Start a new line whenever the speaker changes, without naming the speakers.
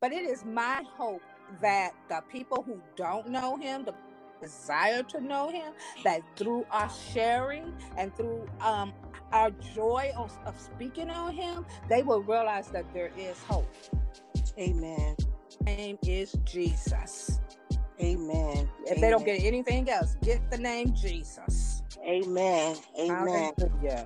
But it is my hope that the people who don't know him, the desire to know him, that through our sharing and through um, our joy of, of speaking on him, they will realize that there is hope.
Amen.
Name is Jesus.
Amen.
If they don't get anything else, get the name Jesus.
Amen. Amen.
Hallelujah.